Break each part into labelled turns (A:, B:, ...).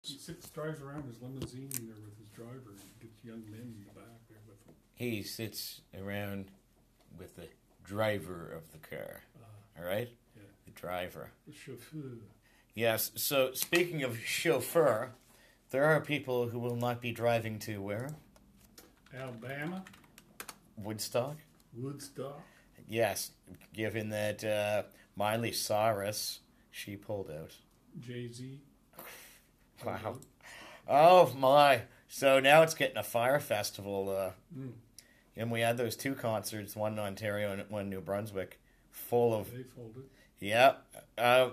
A: He sits, drives around his limousine there with his driver and gets young men in the back there with him.
B: He sits around with the driver of the car.
A: Uh,
B: All right?
A: Yeah.
B: The driver.
A: the chauffeur.
B: Yes. So speaking of chauffeur, there are people who will not be driving to where?
A: Alabama,
B: Woodstock?
A: Woodstock.
B: Yes, given that uh, Miley Cyrus, she pulled out.
A: Jay Z.
B: Wow. Oh my. So now it's getting a fire festival. Uh,
A: Mm.
B: And we had those two concerts, one in Ontario and one in New Brunswick, full of.
A: They folded.
B: Yeah. Uh,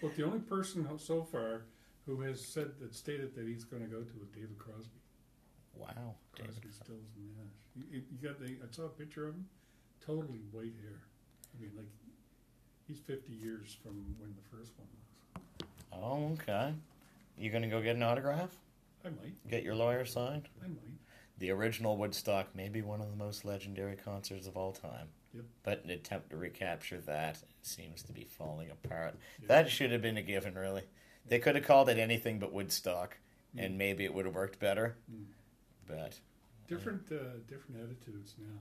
A: But the only person who- so far who has said that stated that he's going to go to is David Crosby.
B: wow. David.
A: Crosby, Stills, and Nash. You, you you got the, I saw a picture of him. Totally white hair. I mean, like he's 50 years from when the first one was.
B: Oh, okay. You going to go get an autograph?
A: I might.
B: Get your lawyer signed?
A: I might.
B: The original Woodstock may be one of the most legendary concerts of all time.
A: Yep.
B: But an attempt to recapture that seems to be falling apart.
A: Yeah.
B: That should have been a given, really. They could have called it anything but Woodstock, and maybe it would have worked better.
A: Mm.
B: But
A: Different, uh, different attitudes now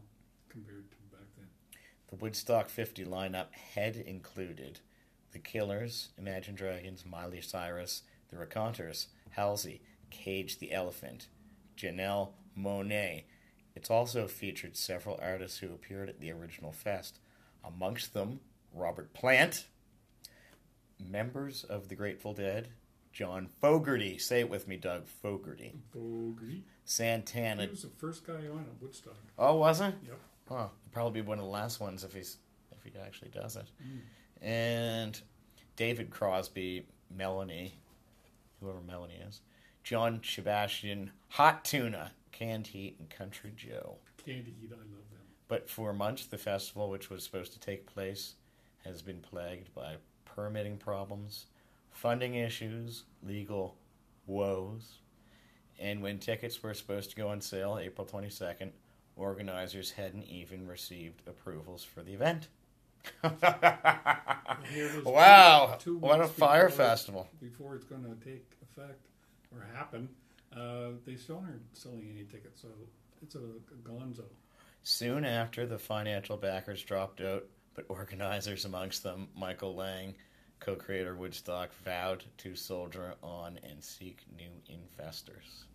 A: compared to back then.
B: the Woodstock 50 lineup had included The Killers, Imagine Dragons, Miley Cyrus, The Raconteurs, Halsey, Cage the Elephant, Janelle Monet. It's also featured several artists who appeared at the original fest, amongst them Robert Plant, members of the Grateful Dead, John Fogerty, say it with me, Doug Fogerty,
A: Bogey. He
B: Santana.
A: was the first guy on at Woodstock.
B: Oh, was it?
A: Mm. Yep.
B: Huh. Probably be one of the last ones if he's if he actually does it.
A: Mm.
B: And David Crosby, Melanie, whoever Melanie is, John Sebastian, Hot Tuna, Canned Heat, and Country Joe.
A: Candy Heat, I love them.
B: But for months, the festival, which was supposed to take place, has been plagued by permitting problems, funding issues, legal woes. And when tickets were supposed to go on sale April 22nd, organizers hadn't even received approvals for the event.
A: here it is,
B: wow,
A: two- two
B: what a
A: weeks
B: fire
A: before-
B: festival.
A: Before it's going to take effect or happen, uh, they still aren't selling any tickets, so it's a, gonzo.
B: Soon after, the financial backers dropped out, but organizers, amongst them Michael Lang, co creator Woodstock, vowed to soldier on and seek new investors.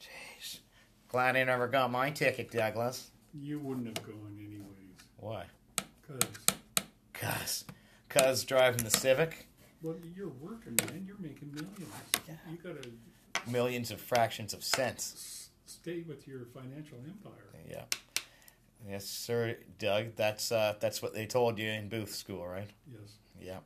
B: Jeez. Glad I never got my ticket, Douglas.
A: You wouldn't have gone anyways,
B: Why?
A: because
B: Cuz. Cuz driving the Civic.
A: well, you're working, man. You're making millions. You got to
B: Millions of fractions of cents.
A: s- stay with your financial empire.
B: Yeah. Yes, sir, Doug. That's uh, that's what they told you in booth school, right?
A: Yes,
B: Yeah.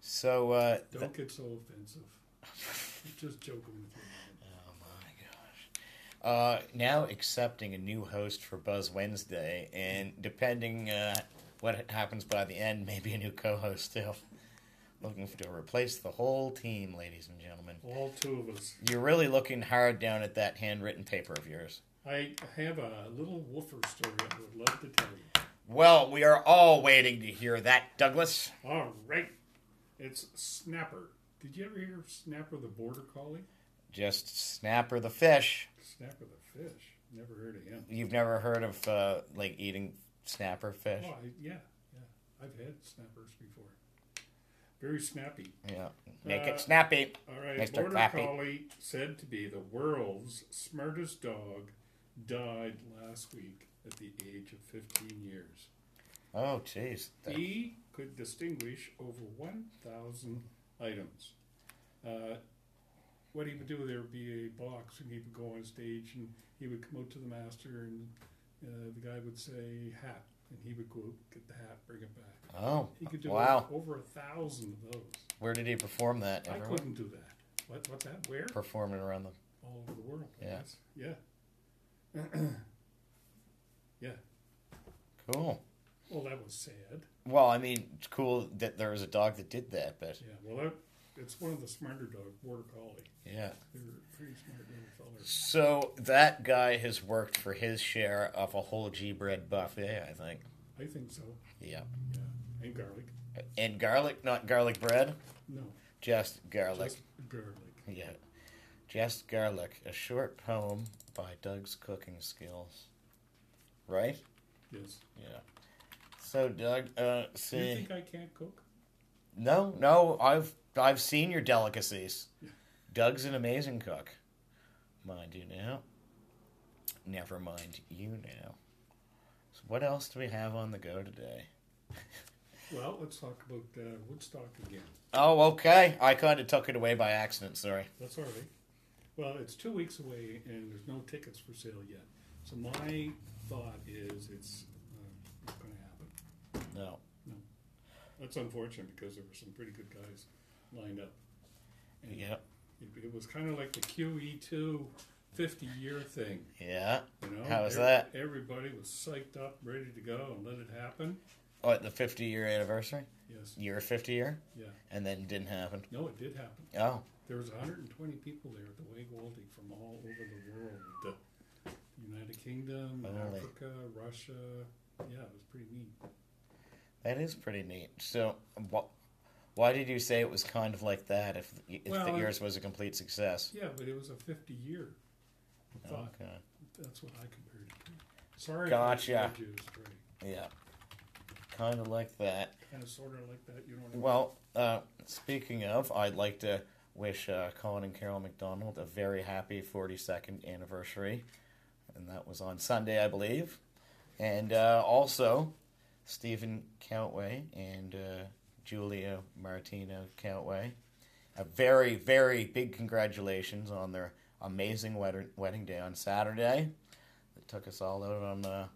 B: So uh, th-
A: don't get so offensive. I'm just joking with you. man.
B: Oh my gosh. Uh, now accepting a new host for Buzz Wednesday, and depending uh, what happens by the end, maybe a new co host too. Looking to replace the whole team, ladies and gentlemen.
A: All two of us.
B: You're really looking hard down at that handwritten paper of yours.
A: I have a little woofer story I would love to tell you.
B: Well, we are all waiting to hear that, Douglas.
A: All right. It's Snapper. Did you ever hear of Snapper the Border Collie?
B: Just Snapper the fish.
A: Snapper the Fish. Never heard of him.
B: You've never heard of uh, like eating snapper fish?
A: Oh, I, yeah, yeah. I've had snappers before. Very snappy.
B: Yeah. Make
A: Uh,
B: it snappy.
A: All right.
B: Mr.
A: Border
B: Clappy.
A: Collie, said to be the world's smartest dog, died last week at the age of 15 years.
B: Oh, jeez.
A: He could distinguish over 1,000 items. Uh, what he would do, there would be a box, and he would go on stage, and he would come out to the master, and uh, the guy would say hat, and he would go get the hat, bring it back.
B: Oh,
A: He could do
B: wow.
A: over a thousand of those.
B: Where did he perform that?
A: I
B: Everyone
A: couldn't do that. What? What's that? Where?
B: performing around the.
A: All over the world. I
B: Yeah.
A: guess. Yeah. yeah.
B: Cool.
A: Well, that was sad.
B: Well, I mean, it's cool that there was a dog that did that, but
A: Yeah. Well, that, it's one of the smarter dogs, border collie.
B: yeah.
A: They were pretty smart little fellers.
B: So that guy has worked for his share of a whole G bread buffet, I think.
A: I think so.
B: Yeah.
A: Yeah. And garlic.
B: And garlic, not garlic bread,
A: No,
B: just garlic.
A: just garlic.
B: Yeah. Just Garlic, a short poem by Doug's cooking skills. Right?
A: Yes.
B: Yeah. So Doug, uh,
A: Do you
B: see,
A: think I can't cook?
B: no, no, I've I've seen your delicacies. Doug's an amazing cook. Mind you now. Never mind you now. So what else do we have on the go today?
A: Well, let's talk about uh, Woodstock again.
B: Oh, okay. I kind of took it away by accident. Sorry.
A: That's all right. Well, it's two weeks away and there's no tickets for sale yet. So my thought is it's uh, not going to happen.
B: No.
A: That's unfortunate because there were some pretty good guys lined up. And
B: Yeah.
A: It, it was kind of like the QE2 50 year thing.
B: Yeah.
A: You know,
B: How was that?
A: Everybody was psyched up, ready to go, and let it happen.
B: What Oh, the fifty year anniversary?
A: Yes,
B: Year fifty year,
A: yeah.
B: and then didn't happen.
A: No, it did happen.
B: Oh.
A: There was 120 people there at the Wag Waldie from all over the world. The United Kingdom,
B: Really?
A: Africa, Russia. Yeah, it was pretty neat.
B: That is pretty neat. So, wh- why did you say it was kind of like that? If if
A: Well,
B: the
A: I-
B: yours was a complete success,
A: Yeah, but it was a 50 year thought.
B: okay,
A: That's what I compared it to. Sorry, if I
B: Gotcha.
A: led you astray.
B: yeah, kind of like that.
A: Kind of, sort of like that. You know what I mean?
B: Well, uh, speaking of, I'd like to wish uh, Colin and Carol McDonald a very happy 42nd anniversary, and that was on Sunday, I believe. And uh, also, Stephen Countway and uh, Julia Martino Countway, a very, very big congratulations on their amazing wedding wedding day on Saturday. They took us all out on the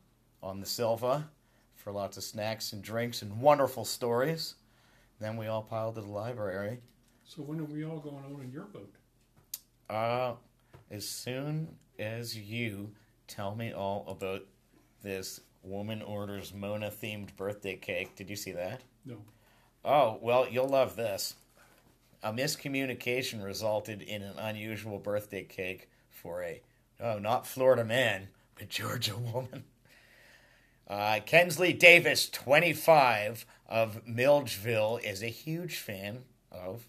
B: on the Silva for lots of snacks and drinks and wonderful stories. Then we all piled to the library.
A: So when are we all going out in your boat?
B: Uh, as soon as you tell me all about this woman orders Mona themed birthday cake, did you see that?
A: No.
B: Oh, well, you'll love this. A miscommunication resulted in an unusual birthday cake for a, oh, not Florida man, but Georgia woman. Uh, Kensley Davis, 25, of Milledgeville, is a huge fan of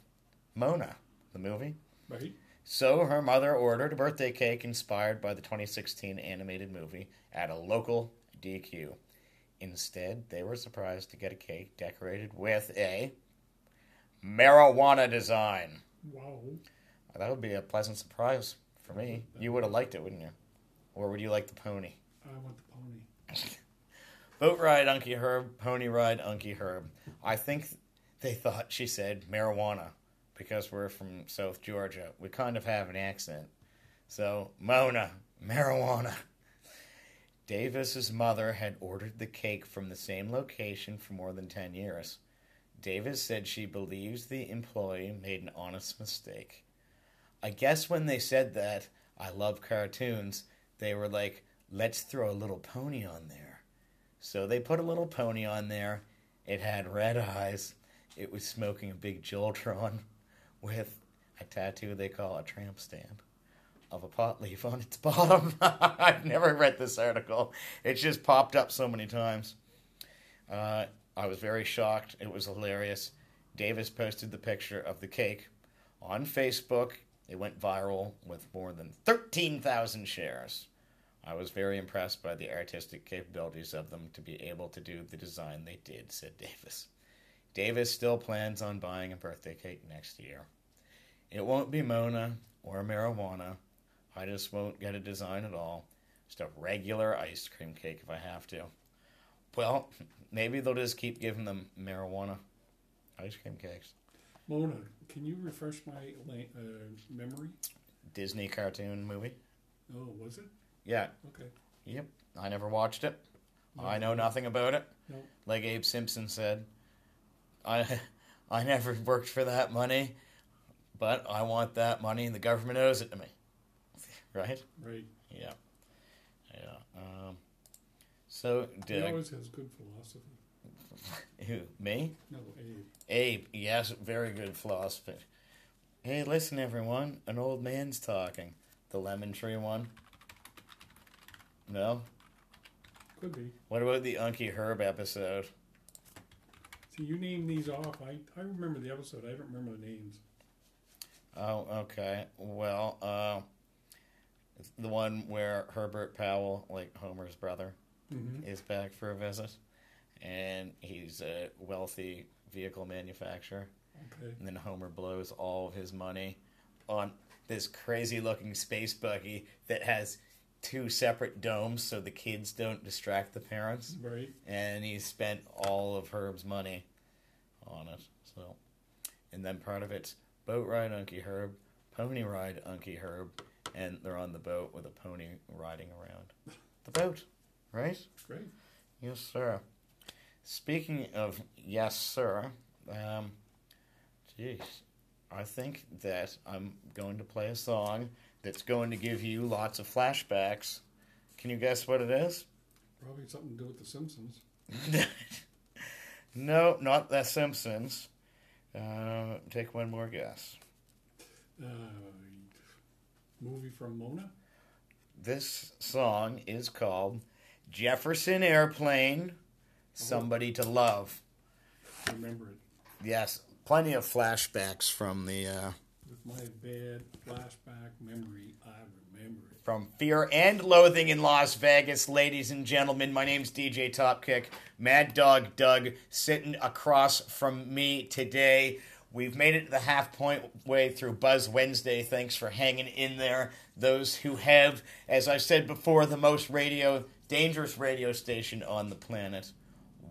B: Mona, the movie.
A: Right?
B: So her mother ordered a birthday cake inspired by the 2016 animated movie at a local DQ. Instead, they were surprised to get a cake decorated with a marijuana design.
A: Wow.
B: That would be a pleasant surprise for me. You would have liked it, wouldn't you? Or would you like the pony?
A: I want the pony.
B: Boat ride, Unky Herb. Pony ride, Unky Herb. I think they thought she said marijuana because we're from South Georgia. We kind of have an accent. So, Mona, marijuana. Davis's mother had ordered the cake from the same location for more than 10 years. Davis said she believes the employee made an honest mistake. I guess when they said that, I love cartoons, they were like, let's throw a little pony on there. So they put a little pony on there. It had red eyes. It was smoking a big Joltron with a tattoo they call a tramp stamp of a pot leaf on its bottom. I've never read this article. It's just popped up so many times. Uh, I was very shocked. It was hilarious. Davis posted the picture of the cake on Facebook. It went viral with more than 13,000 shares. I was very impressed by the artistic capabilities of them to be able to do the design they did, said Davis. Davis still plans on buying a birthday cake next year. It won't be Mona or marijuana. I just won't get a design at all. Just a regular ice cream cake if I have to. Well, maybe they'll just keep giving them marijuana ice cream cakes.
A: Mona, can you refresh my la- uh, memory?
B: Disney cartoon movie?
A: Oh, was it?
B: Yeah,
A: Okay.
B: yep. I never watched it. I know
A: No.
B: nothing about it.
A: No.
B: like Abe Simpson said, I I never worked for that money, but I want that money, and the government owes it to me. Right?
A: Right.
B: Yeah. Yeah. Um, so,
A: He
B: Doug,
A: always has good philosophy.
B: who, me?
A: No, Abe.
B: Abe, yes, very good philosophy. Hey, listen, everyone, an old man's talking. The lemon tree one? No?
A: Could be.
B: What about the Unky Herb episode?
A: See, you name these off. I, I remember the episode. I don't remember the names.
B: Oh, okay. Well, uh, it's the one where Herbert Powell, like Homer's brother, is back for a visit, and he's a wealthy vehicle manufacturer.
A: Okay.
B: And then Homer blows all of his money on this crazy looking space buggy that has two separate domes so the kids don't distract the parents.
A: Right.
B: And he spent all of Herb's money on it. So and then part of it's boat ride Unky Herb, pony ride Unky Herb, and they're on the boat with a pony riding around. The boat, right?
A: Great.
B: Yes, sir. Speaking of yes, sir, um, geez, I think that I'm going to play a song that's going to give you lots of flashbacks. Can you guess what it is?
A: Probably something to do with The Simpsons.
B: no, not The Simpsons. Uh, take one more guess.
A: Uh, movie from Mona.
B: This song is called Jefferson Airplane Somebody to Love.
A: I remember it
B: Yes, plenty of flashbacks from the. Uh,
A: with my bad flashback memory. I remember it.
B: From Fear and Loathing in Las Vegas, ladies and gentlemen, my name's DJ Topkick. Mad Dog Doug sitting across from me today. We've made it to the half point way through Buzz Wednesday. Thanks for hanging in there. Those who have, as I said before, the most radio, dangerous radio station on the planet.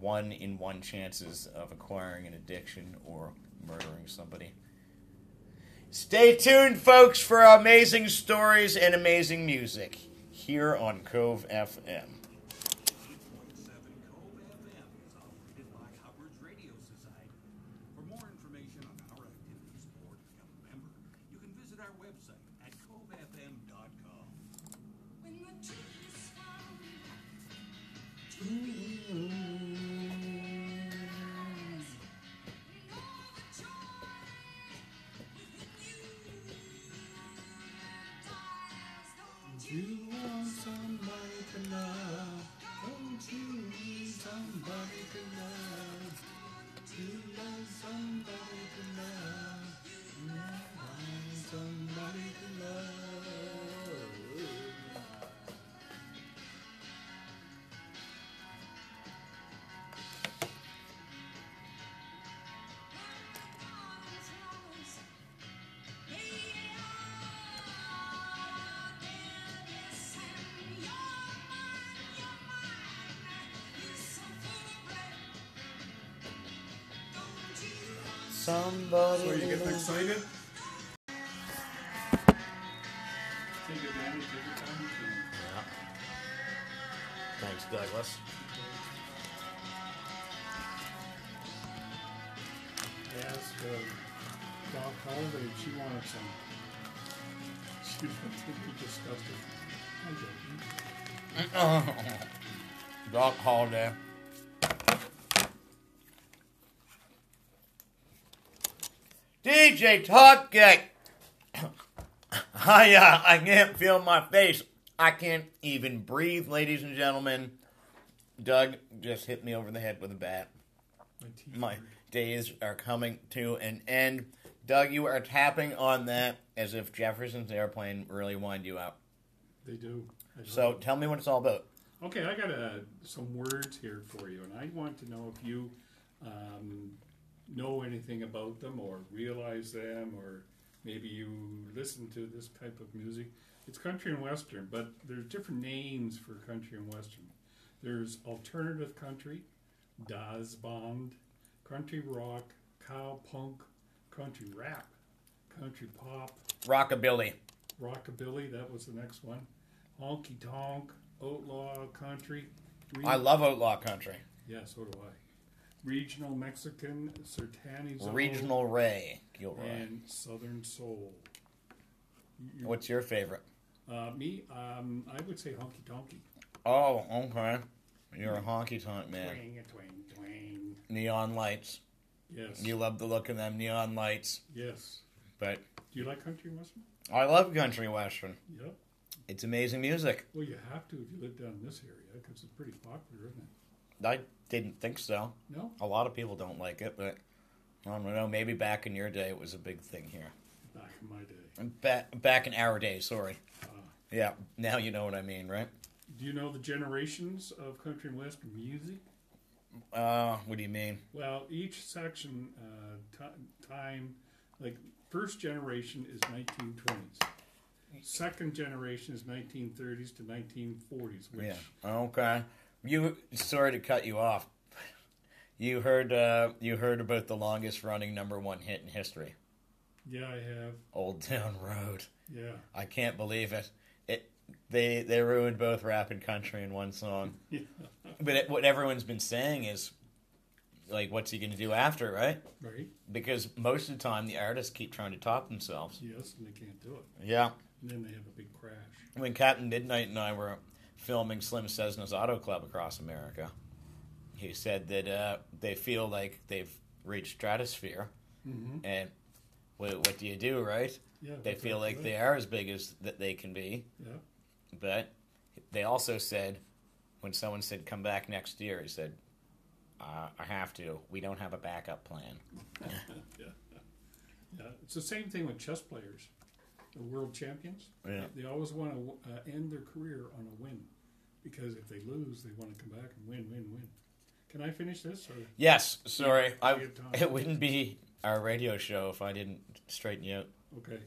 B: One in one chances of acquiring an addiction or murdering somebody. Stay tuned, folks, for amazing stories and amazing music here on Cove FM.
C: 88.7 Cove FM is operated by Hubbard's Radio Society. For more information on our activities or to become a member, you can visit our website at covefm.com.
D: When the truth is found, to be all the joy within you dies, don't you?
A: You want somebody to love. Don't you need somebody to love? You love somebody to love. You want somebody to love.
D: ah, ah,
B: Somebody.
A: So you getting excited? Take advantage of your time. you can.
B: Thanks, Douglas.
A: I asked uh, Doc Holliday if she wanted some. She didn't think we discussed it. I'm joking.
B: Doc Holiday. DJ Topkick. I, uh, I can't feel my face. I can't even breathe, ladies and gentlemen. Doug just hit me over the head with a bat.
A: My teeth.
B: my
A: hurt.
B: days are coming to an end. Doug, you are tapping on that as if Jefferson's airplane really wound you up.
A: They do. I don't
B: So
A: know.
B: tell me what it's all about.
A: Okay, I got uh, some words here for you, and I want to know if you um, know anything about them or realize them, or maybe you listen to this type of music. It's country and western, but there's different names for country and western. There's alternative country, Das Band, country rock, cow punk, country rap, country pop,
B: Rockabilly.
A: rockabilly. That was the next one. Honky tonk, outlaw country. Re-
B: I love outlaw country.
A: yeah, so do I. Regional Mexican, Sertani zone,
B: Regional Ray Gilroy.
A: and Southern soul. You-
B: What's your favorite?
A: Uh, me, um, I would say honky tonky.
B: Oh, okay. You're a honky tonk man.
A: Twang, twang, twang.
B: Neon lights.
A: Yes.
B: You love the look of them neon lights.
A: yes.
B: But
A: Do you like country western?
B: I love country western.
A: Yep.
B: It's amazing music.
A: Well, you have to if you live down in this area because it's pretty popular, isn't it?
B: I didn't think so.
A: No,
B: A lot of people don't like it, but I don't know. Maybe back in your day, it was a big thing here.
A: it back in my day.
B: And Back back in our day, sorry.
A: Uh-huh.
B: Yeah, now you know what I mean, right?
A: Do you know the generations of country and western music?
B: Uh, what do you mean?
A: Well, each section uh, ti time, like first generation is 1920s. Second generation is 1930s to 1940s, which
B: Yeah. Okay. You sorry to cut you off. You heard uh, you heard about the longest running number one hit in history,
A: yeah, I have.
B: Old Town Road.
A: Yeah.
B: I can't believe it. It they they ruined both rap and country in one song.
A: Yeah.
B: But it, what everyone's been saying is, like, what's he going to do after, right?
A: Right?
B: Because most of the time the artists keep trying to top themselves.
A: Yes, and they can't do it.
B: Yeah.
A: And then they have a big crash.
B: When Captain Midnight and I were filming Slim Cessna's Auto Club across America, he said that uh, they feel like they've reached stratosphere,
A: Mm-hmm.
B: and what, what do you do, right?
A: Yeah.
B: They feel like they
A: they.
B: are as big as that they can be,
A: Yeah.
B: but they also said when someone said come back next year, he said, uh, "I have to. We don't have a backup plan."
A: Yeah. It's the same thing with chess players, the world champions.
B: Yeah.
A: They always want to uh, end their career on a win because if they lose, they want to come back and win, win, win. Can I finish this? Or?
B: Yes, sorry. I,
A: Good time.
B: it wouldn't be our radio show if I didn't straighten you out,
A: Okay.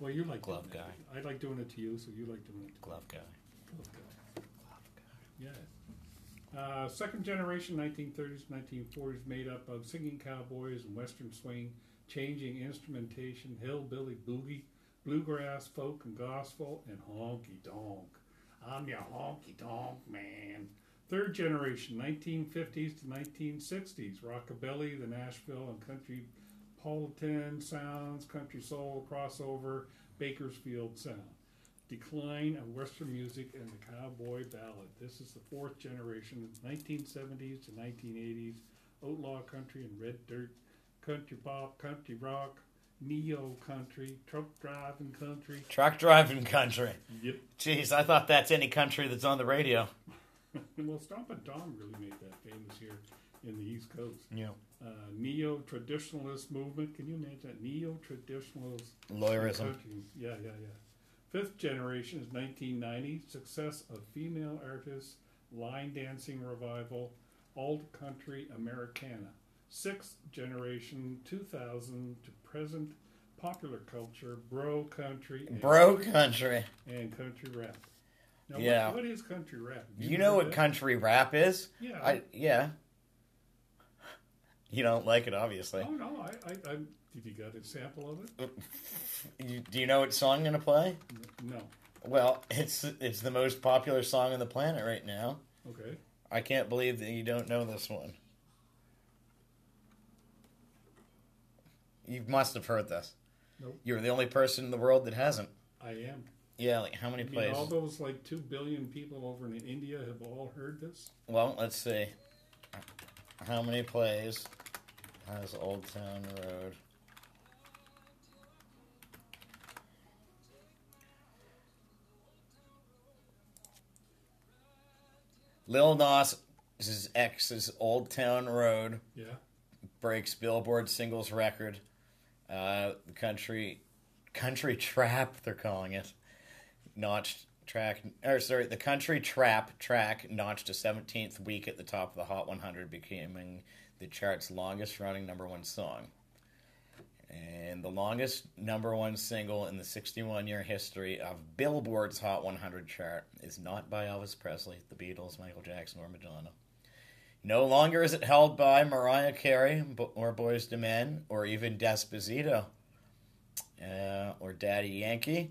A: Well, you like
B: Glove
A: doing it. I like doing it to you, so you like doing it to
B: glove guy.
A: glove guy. Yeah. Uh, second generation, 1930s, 1940s, made up of singing cowboys and western swing, changing instrumentation, hillbilly boogie, bluegrass, folk, and gospel, and honky tonk. I'm your honky tonk man. Third generation, 1950s to 1960s, rockabilly, the Nashville and country Politan sounds, country soul crossover, Bakersfield sound. Decline of Western music and the cowboy ballad. This is the fourth generation, 1970s to 1980s, outlaw country and red dirt, country pop, country rock, neo country, truck driving country.
B: Truck driving country.
A: Yep.
B: Jeez, I thought that's any country that's on the radio.
A: well, Stompin' Tom really made that famous here in the East Coast.
B: Yeah.
A: Uh, neo traditionalist movement. Can you imagine that? Neo traditionalist
B: Lawyerism.
A: Coaching. Yeah, yeah, yeah. Fifth generation is 1990. Success of female artists, line dancing revival, old country Americana. Sixth generation, 2000 to present, popular culture, bro country, and,
B: Bro country.
A: and country rap. Now,
B: Yeah.
A: what, what is country rap?
B: You, know
A: heard
B: what
A: that?
B: country rap is?
A: Yeah.
B: I, yeah. You don't like it, obviously.
A: Oh no, I, I, I did you got a sample of it?
B: You, do you know what song I'm going to play?
A: No.
B: Well, it's it's the most popular song on the planet right now.
A: Okay.
B: I can't believe that you don't know this one. You must have heard this.
A: Nope.
B: You're the only person in the world that hasn't.
A: I am.
B: Yeah, like how many
A: You mean
B: plays?
A: all those like two billion people over in India have all heard this?
B: Well, let's see. How many plays has Old Town Road? Lil Nas X's Old Town Road
A: Yeah.
B: breaks Billboard singles record. Uh, the country, country trap, they're calling it, notched track. Or sorry, the country trap track notched a 17th week at the top of the Hot 100, becoming the chart's longest-running number one song. And the longest number one single in the 61 year history of Billboard's Hot 100 chart is not by Elvis Presley, the Beatles, Michael Jackson, or Madonna. No longer is it held by Mariah Carey b- or Boys to Men or even Desposito uh, or Daddy Yankee,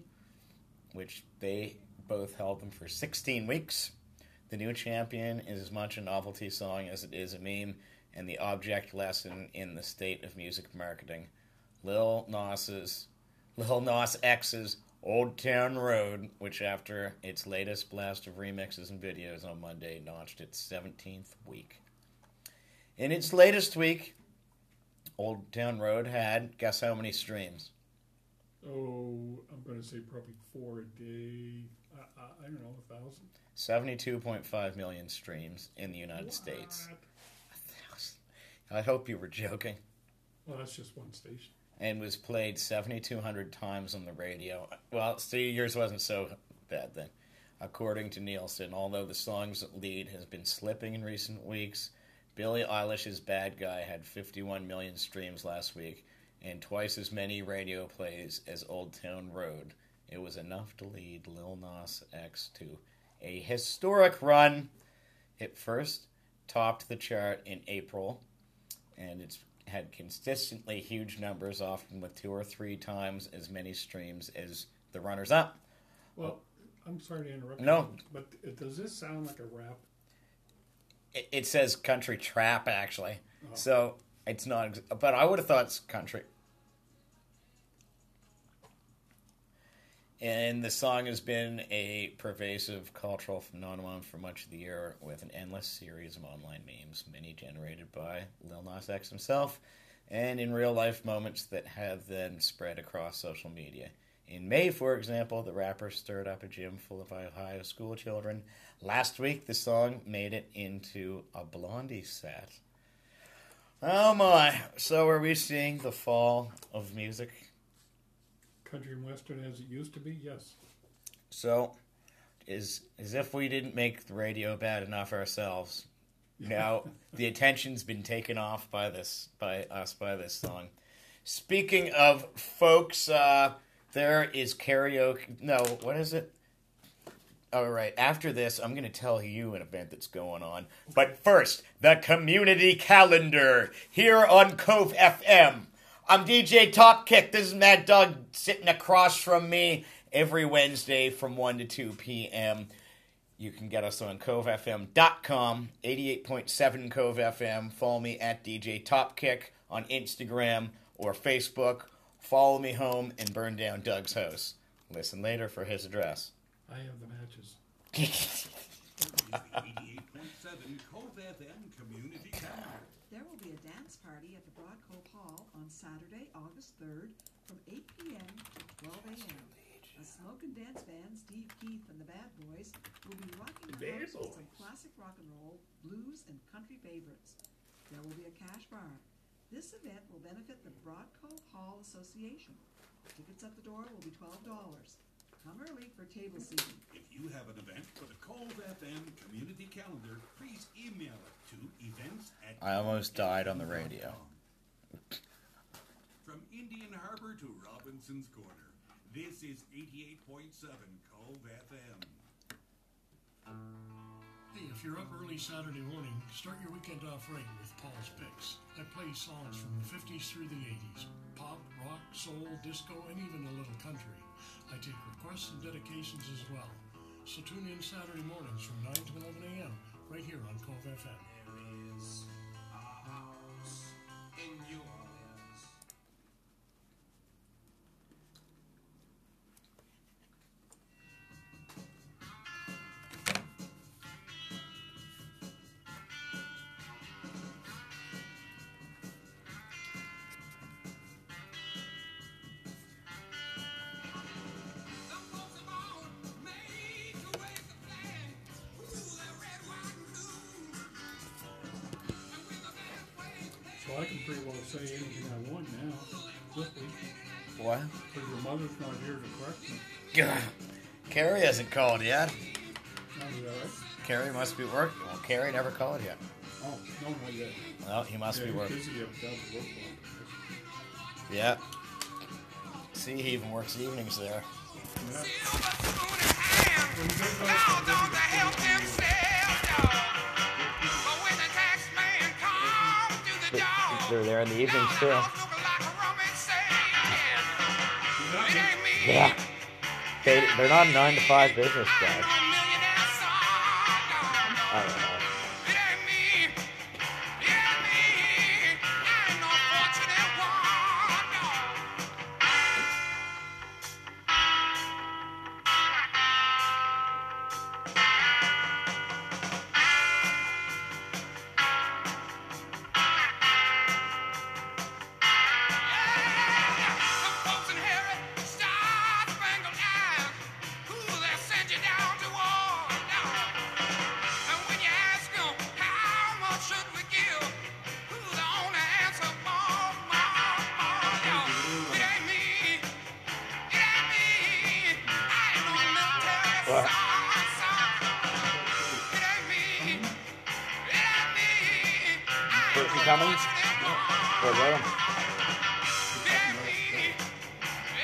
B: which they both held them for 16 weeks. The new champion is as much a novelty song as it is a meme and the object lesson in the state of music marketing. Lil Nas's, Lil Nas X's Old Town Road, which after its latest blast of remixes and videos on Monday notched its 17th week. In its latest week, Old Town Road had guess how many streams?
A: Oh, I'm going to say probably four a day. I, I, I don't know, a thousand.
B: 72.5 million streams in the United States.
A: What?
B: I hope you were joking.
A: Well, that's just one station.
B: and was played 7,200 times on the radio. Well, see, yours wasn't so bad then. According to Nielsen, although the song's lead has been slipping in recent weeks, Billie Eilish's Bad Guy had 51 million streams last week and twice as many radio plays as Old Town Road. It was enough to lead Lil Nas X to a historic run. It first topped the chart in April, and it's had consistently huge numbers, often with two or three times as many streams as the runners up.
A: Well, I'm sorry to interrupt.
B: No.
A: you, But it- does this sound like a rap?
B: It, it says country trap, actually. So it's not, ex- but I would have thought it's country. And the song has been a pervasive cultural phenomenon for much of the year, with an endless series of online memes, many generated by Lil Nas X himself, and in real life moments that have then spread across social media. In May, for example, the rapper stirred up a gym full of Ohio school children. Last week, the song made it into a Blondie set. Oh my! So, are we seeing the fall of music?
A: Country and western as it used to be? Yes.
B: So, is as if we didn't make the radio bad enough ourselves. Now the attention's been taken off by this by us by this song. Speaking of folks, uh, there is karaoke. No, what is it? All right. After this, I'm going to tell you an event that's going on. But first, the community calendar here on Cove FM. I'm DJ Top Kick. This is Mad Dog sitting across from me every Wednesday from 1 to 2 p.m. You can get us on covefm.com, 88.7 Cove FM. Follow me at DJ Topkick on Instagram or Facebook. Follow me home and burn down Doug's house. Listen later for his address.
A: I have the matches.
C: Eighty-eight point seven Cove FM Community Calendar.
E: There will be a dance party at the Broadcove Hall on Saturday, August 3rd, from 8 p.m. to 12 a.m. A smoke and dance band, Steve Keith and the Bad Boys, will be rocking the
A: Bad
E: house with some
A: Boys.
E: classic rock and roll, blues, and country favorites. There will be a cash bar. This event will benefit the Broadcove Hall Association. Tickets at the door will be $12. Come early for table seating.
C: If you have an event for the Cove FM Community Calendar, please email it to events at.
B: I almost died on the radio.
C: From Indian Harbor to Robinson's Corner, this is 88.7 Cove FM.
F: Hey, if you're up early Saturday morning, start your weekend off right with Paul's Picks. I play songs from the 50s through the 80s pop, rock, soul, disco, and even a little country. I take requests and dedications as well. So tune in Saturday mornings from 9 to 11 a.m. right here on Cove FM.
G: There is a house in New Orleans.
D: The folks of old made to wave the flag, rule the red, white, and blue. And with the band waves, they
A: So I can pretty well say anything I want now. Really.
B: What?
A: Because your mother's not here to correct me.
B: Carrie hasn't called yet.
A: Now we are-
B: Carrie must be working. Well, Carrie never called yet.
A: Oh, no, not yet.
B: Well, he must
A: Yeah,
B: be
A: he's
B: working.
A: busy up down the road.
B: Yeah. See, he even works evenings there.
D: silver spoon in hand. Dogs ought to help themselves, dog. But when the tax man comes to the door,
B: They're there in the evenings
D: dogs
B: too.
D: look like a Roman Satan. It ain't me.
B: Yeah. They, they're not a nine to five business
D: I'm
B: guy.
D: no millionaire, son, dog.
B: I don't know.
D: It ain't me. It ain't me. I ain't no fortunate one, no. Some folks inherit star-spangled eyes. Ooh, they'll send you down to a
B: Fuck.
H: Person coming? Or let 'em-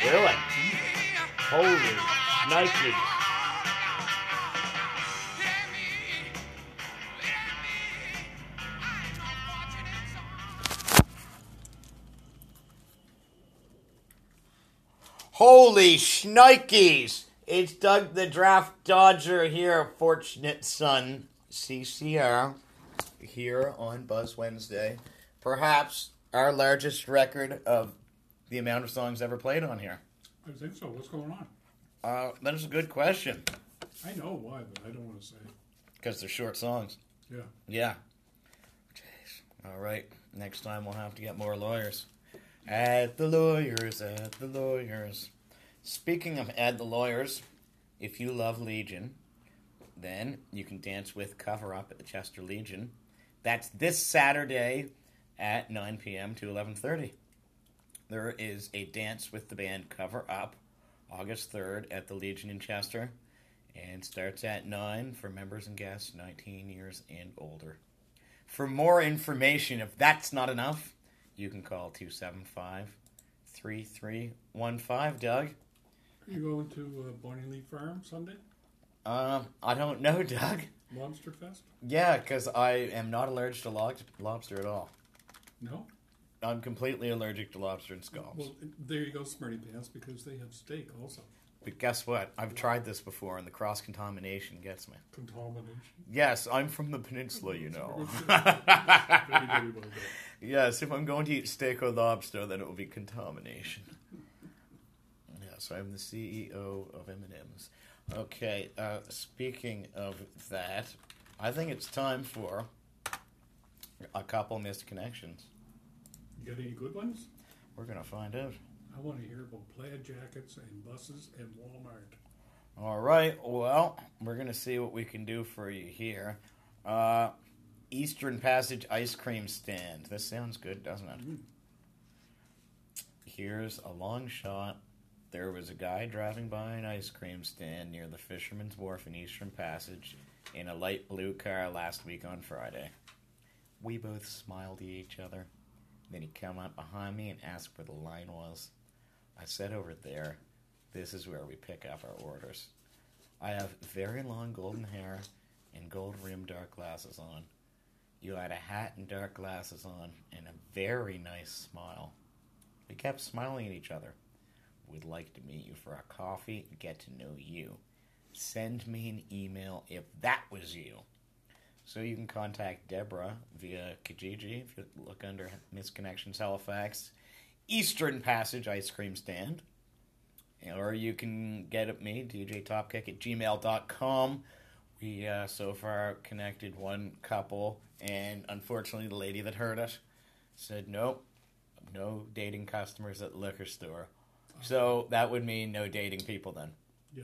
H: Really? Holy naked.
B: Holy shnikes! It's Doug the Draft Dodger here, Fortunate Son, CCR, here on Buzz Wednesday. Perhaps our largest record of the amount of songs ever played on here.
A: I think so. What's going on?
B: Uh, that is a good question,
A: I know why, but I don't want to say. it.
B: because they're short songs.
A: Yeah.
B: Yeah. Jeez. All right. Next time we'll have to get more lawyers. At the lawyers, at the lawyers. Speaking of at the lawyers, if you love Legion, then you can dance with Cover Up at the Chester Legion. That's this Saturday at 9 p.m. to 11:30. There is a dance with the band Cover Up, August 3rd at the Legion in Chester and starts at 9 for members and guests 19 years and older. For more information, if that's not enough, you can call 275 3315. Doug?
A: Are you going to uh, Bonnie Lee Farm Sunday?
B: Um, I don't know, Doug.
A: Lobster Fest?
B: Yeah, because I am not allergic to lo- lobster at all.
A: No?
B: I'm completely allergic to lobster and scallops.
A: Well, there you go, Smarty Pants, because they have steak also.
B: but guess what? I've tried this before, and the cross contamination gets me.
A: Contamination.
B: Yes, I'm from the peninsula, you know.
A: Very, very well done.
B: Yes, if I'm going to eat steak or lobster, then it will be contamination. yes, I'm the CEO of M&M's. Okay, uh, speaking of that, I think it's time for a couple missed connections.
A: You got any good ones?
B: We're gonna find out.
A: I want to hear about plaid jackets and buses and Walmart.
B: All right. Well, we're gonna see what we can do for you here. Uh, Eastern Passage Ice Cream Stand. This sounds good, doesn't it? Here's a long shot. There was a guy driving by an ice cream stand near the Fisherman's Wharf in Eastern Passage in a light blue car last week on Friday. We both smiled at each other. Then he came up behind me and asked where the line was. I said over there, this is where we pick up our orders. I have very long golden hair and gold rimmed dark glasses on. You had a hat and dark glasses on and a very nice smile. We kept smiling at each other. We'd like to meet you for a coffee and get to know you. Send me an email if that was you. So you can contact Deborah via Kijiji if you look under Misconnections Halifax, Eastern Passage Ice Cream Stand. Or you can get at me, djtopkick at gmail.com. We uh, so far connected one couple, and unfortunately, the lady that heard it said, Nope, no dating customers at the liquor store. So that would mean no dating people then
A: Yeah.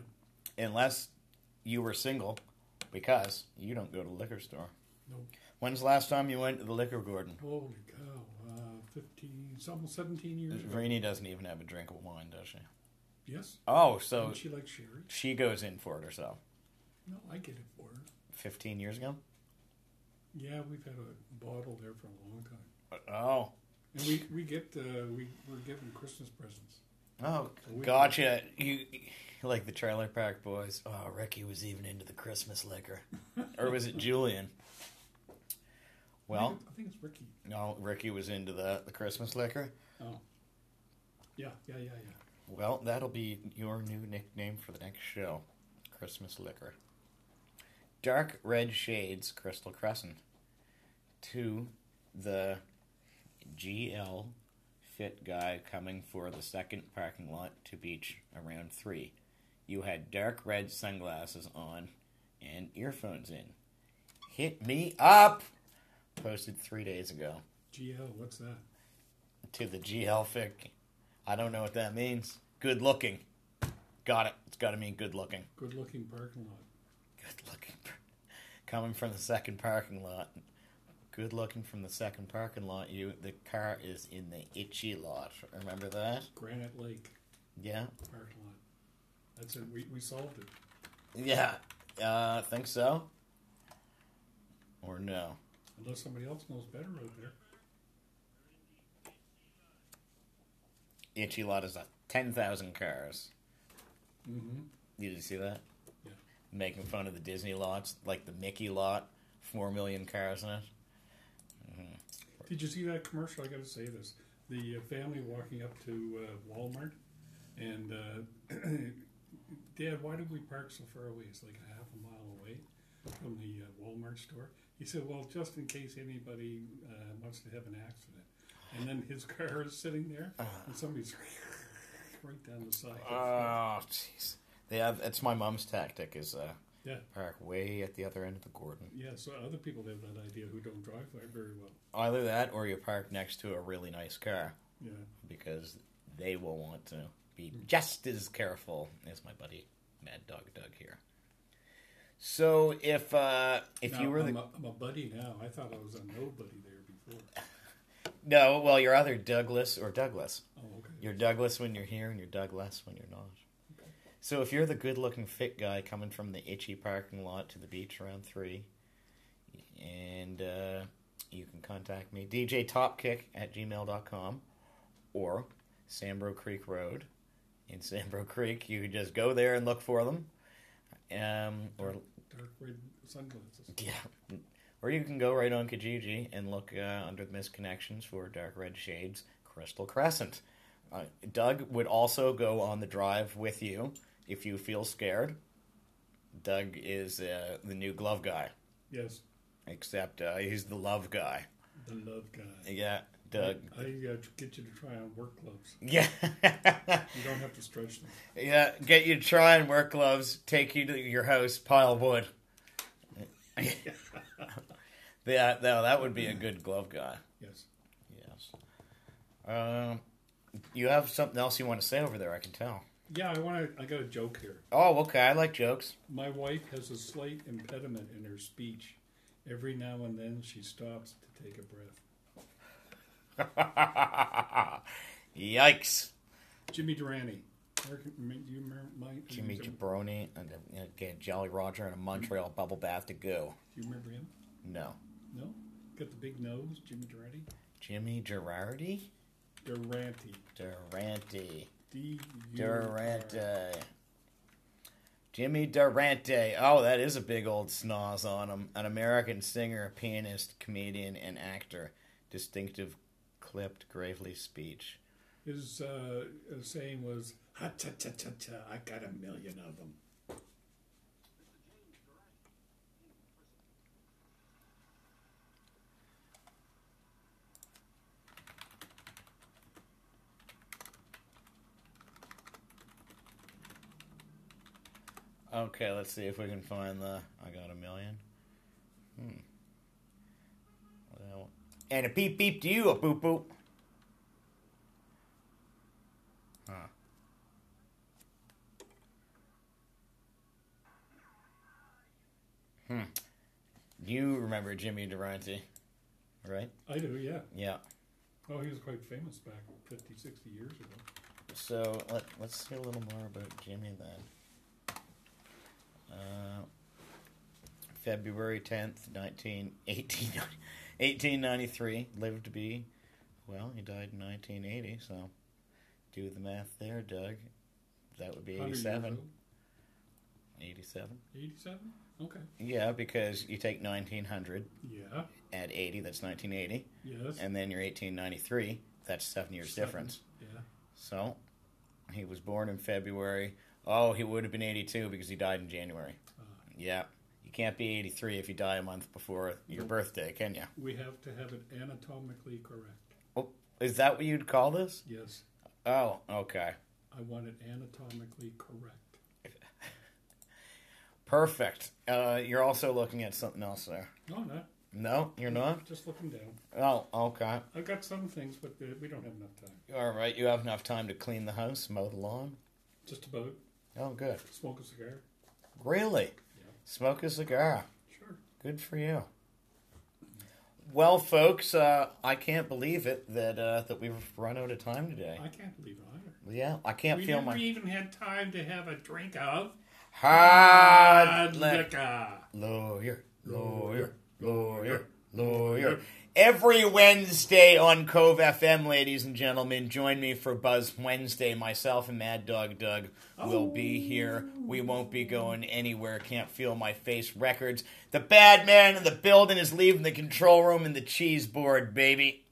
B: unless you were single, because you don't go to the liquor store.
A: Nope.
B: When's the last time you went to the liquor, Gordon?
A: Holy cow. Uh, 15, some 17 years ago.
B: Rainey doesn't even have a drink of wine, does she?
A: Yes?
B: Oh, so
A: Don't she like sherry?
B: she goes in for it herself.
A: No, I get it for her.
B: Fifteen years ago.
A: Yeah, we've had a bottle there for a long time.
B: Oh,
A: And we, we get, uh, we, we're given Christmas presents.
B: oh,
A: We-
B: gotcha. You like the Trailer Park Boys? Oh, Ricky was even into the Christmas liquor, or was it Julian?
A: I
B: Well,
A: think, I think it's Ricky.
B: no, Ricky was into the, the Christmas liquor.
A: Oh. Yeah, yeah, yeah, yeah.
B: Well, that'll be your new nickname for the next show Christmas Liquor. Dark Red Shades Crystal Crescent to the GL Fit Guy coming for the second parking lot to beach around 3. You had dark red sunglasses on and earphones in. Hit me up! Posted three days ago
A: GL, what's that?
B: to the GL fic. I don't know what that means. Good looking. Got it. It's got to mean good looking.
A: Good looking parking lot.
B: Good looking. Coming from the second parking lot. Good looking from the second parking lot. You, the car is in the itchy lot. Remember that?
A: Granite Lake
B: Yeah.
A: parking lot. That's it. We, we solved it.
B: Yeah, uh, think so. Or no.
A: Unless somebody else knows better out there.
B: Itchy lot is a ten thousand cars.
A: Mm-hmm.
B: Did you see that?
A: Yeah.
B: Making fun of the Disney lots, like the Mickey lot, four million cars in it.
A: Did you see that commercial? I got to say this: the uh, family walking up to uh, Walmart, and uh, Dad, why did we park so far away? It's like a half a mile away from the uh, Walmart store. He said, "Well, just in case anybody uh, wants to have an accident." And then his car is sitting there, and somebody's right down the side.
B: Oh, jeez. They have. It's my mom's tactic is uh,
A: yeah,
B: park way at the other end of the Gordon.
A: yeah. So other people have that idea who don't drive very well.
B: Either that, or you park next to a really nice car
A: Yeah,
B: because they will want to be
A: Hmm.
B: just as careful as my buddy Mad Dog Doug here. So if uh, if
A: Now,
B: you were
A: I'm,
B: the
A: a, I'm a buddy now. I thought I was a nobody there before.
B: no, well, you're either Douglas or Douglas.
A: Oh, okay.
B: You're Douglas when you're here, and you're Douglas when you're not. So if you're the good-looking fit guy coming from the itchy parking lot to the beach around three, and uh, you can contact me DJ Topkick at gmail.com or Sambro Creek Road in Sambro Creek. You can just go there and look for them, um, or
A: Dark red sunglasses.
B: yeah. Or you can go right on Kijiji and look uh, under the misconnections for Dark Red Shades Crystal Crescent. Uh, Doug would also go on the drive with you if you feel scared. Doug is uh, the new glove guy,
A: Yes,
B: except uh, he's the love guy.
A: the love guy.
B: Yeah, Doug.
A: I uh, get you to try on work gloves.
B: Yeah.
A: You don't have to stretch them.
B: yeah, get you to try and wear gloves, take you to your house, pile wood. yeah, no, that would be a good glove guy.
A: Yes.
B: Yes. Um, you have something else you want to say over there? I can tell.
A: Yeah, I want to. I got a joke here.
B: Oh, okay. I like jokes.
A: My wife has a slight impediment in her speech. Every now and then, she stops to take a breath.
B: Yikes!
A: Jimmy Durante. American- Do you remember? my-
B: Jimmy
A: do
B: Jabroni and uh, again Jolly Roger and a Montreal bubble bath to go.
A: you remember him?
B: No,
A: No. Got the big nose, Jimmy Durante.
B: Jimmy Girardi,
A: Durante.
B: Durante,
A: D. U-
B: Durante, Jimmy Durante. Oh, that is a big old snoz on him. An American singer, pianist, comedian, and actor. Distinctive, clipped, gravely speech.
A: His uh, saying was, "Ha ta ta ta ta! I got a million of them."
B: Okay, let's see if we can find the I got a million. Hmm. Well, and a beep beep to you, a boop boop. Huh. Hmm. You remember Jimmy Durante, right?
A: I do, yeah.
B: Yeah.
A: Oh, he was quite famous back 50, 60 years ago.
B: So let, let's hear a little more about Jimmy then. Uh, February 10th, 19, 18 1893. Lived to be, well, he died in 1980, so do the math there, Doug. That would be
A: 100 years
B: 87.
A: old.
B: 87?
A: 87? Okay.
B: Yeah, because you take 1900,
A: Yeah.
B: add 80, that's 1980,
A: Yes.
B: and then you're 1893, that's seven years
A: Seven.
B: difference.
A: Yeah.
B: So, he was born in February. Oh, he would have been 82 because he died in January. yeah. You can't be 83 if you die a month before your birthday, can you?
A: We have to have it anatomically correct.
B: Oh, is that what you'd call this?
A: Yes.
B: Oh, okay.
A: I want it anatomically correct.
B: Perfect. Uh, you're also looking at something else there.
A: No, I'm not.
B: No, you're not?
A: Just looking down.
B: Oh, okay.
A: I've got some things, but uh, we don't have enough time.
B: All right. You have enough time to clean the house, mow the lawn.
A: Just about
B: Oh, good.
A: smoke a cigar.
B: Really? Smoke a cigar.
A: Sure.
B: Good for you. Well, folks, uh, I can't believe it that uh, that we've run out of time today.
A: I can't believe it either.
B: yeah, I can't
A: we
B: feel
A: never
B: my.
A: even had time to have a drink of. Ah,
B: Hard liquor.
A: liquor.
B: Lawyer, lawyer, lawyer, lawyer. Every Wednesday on Cove FM, ladies and gentlemen, join me for Buzz Wednesday. Myself and Mad Dog Doug will be here. We won't be going anywhere. Can't feel my face records. The bad man in the building is leaving the control room and the cheese board, baby.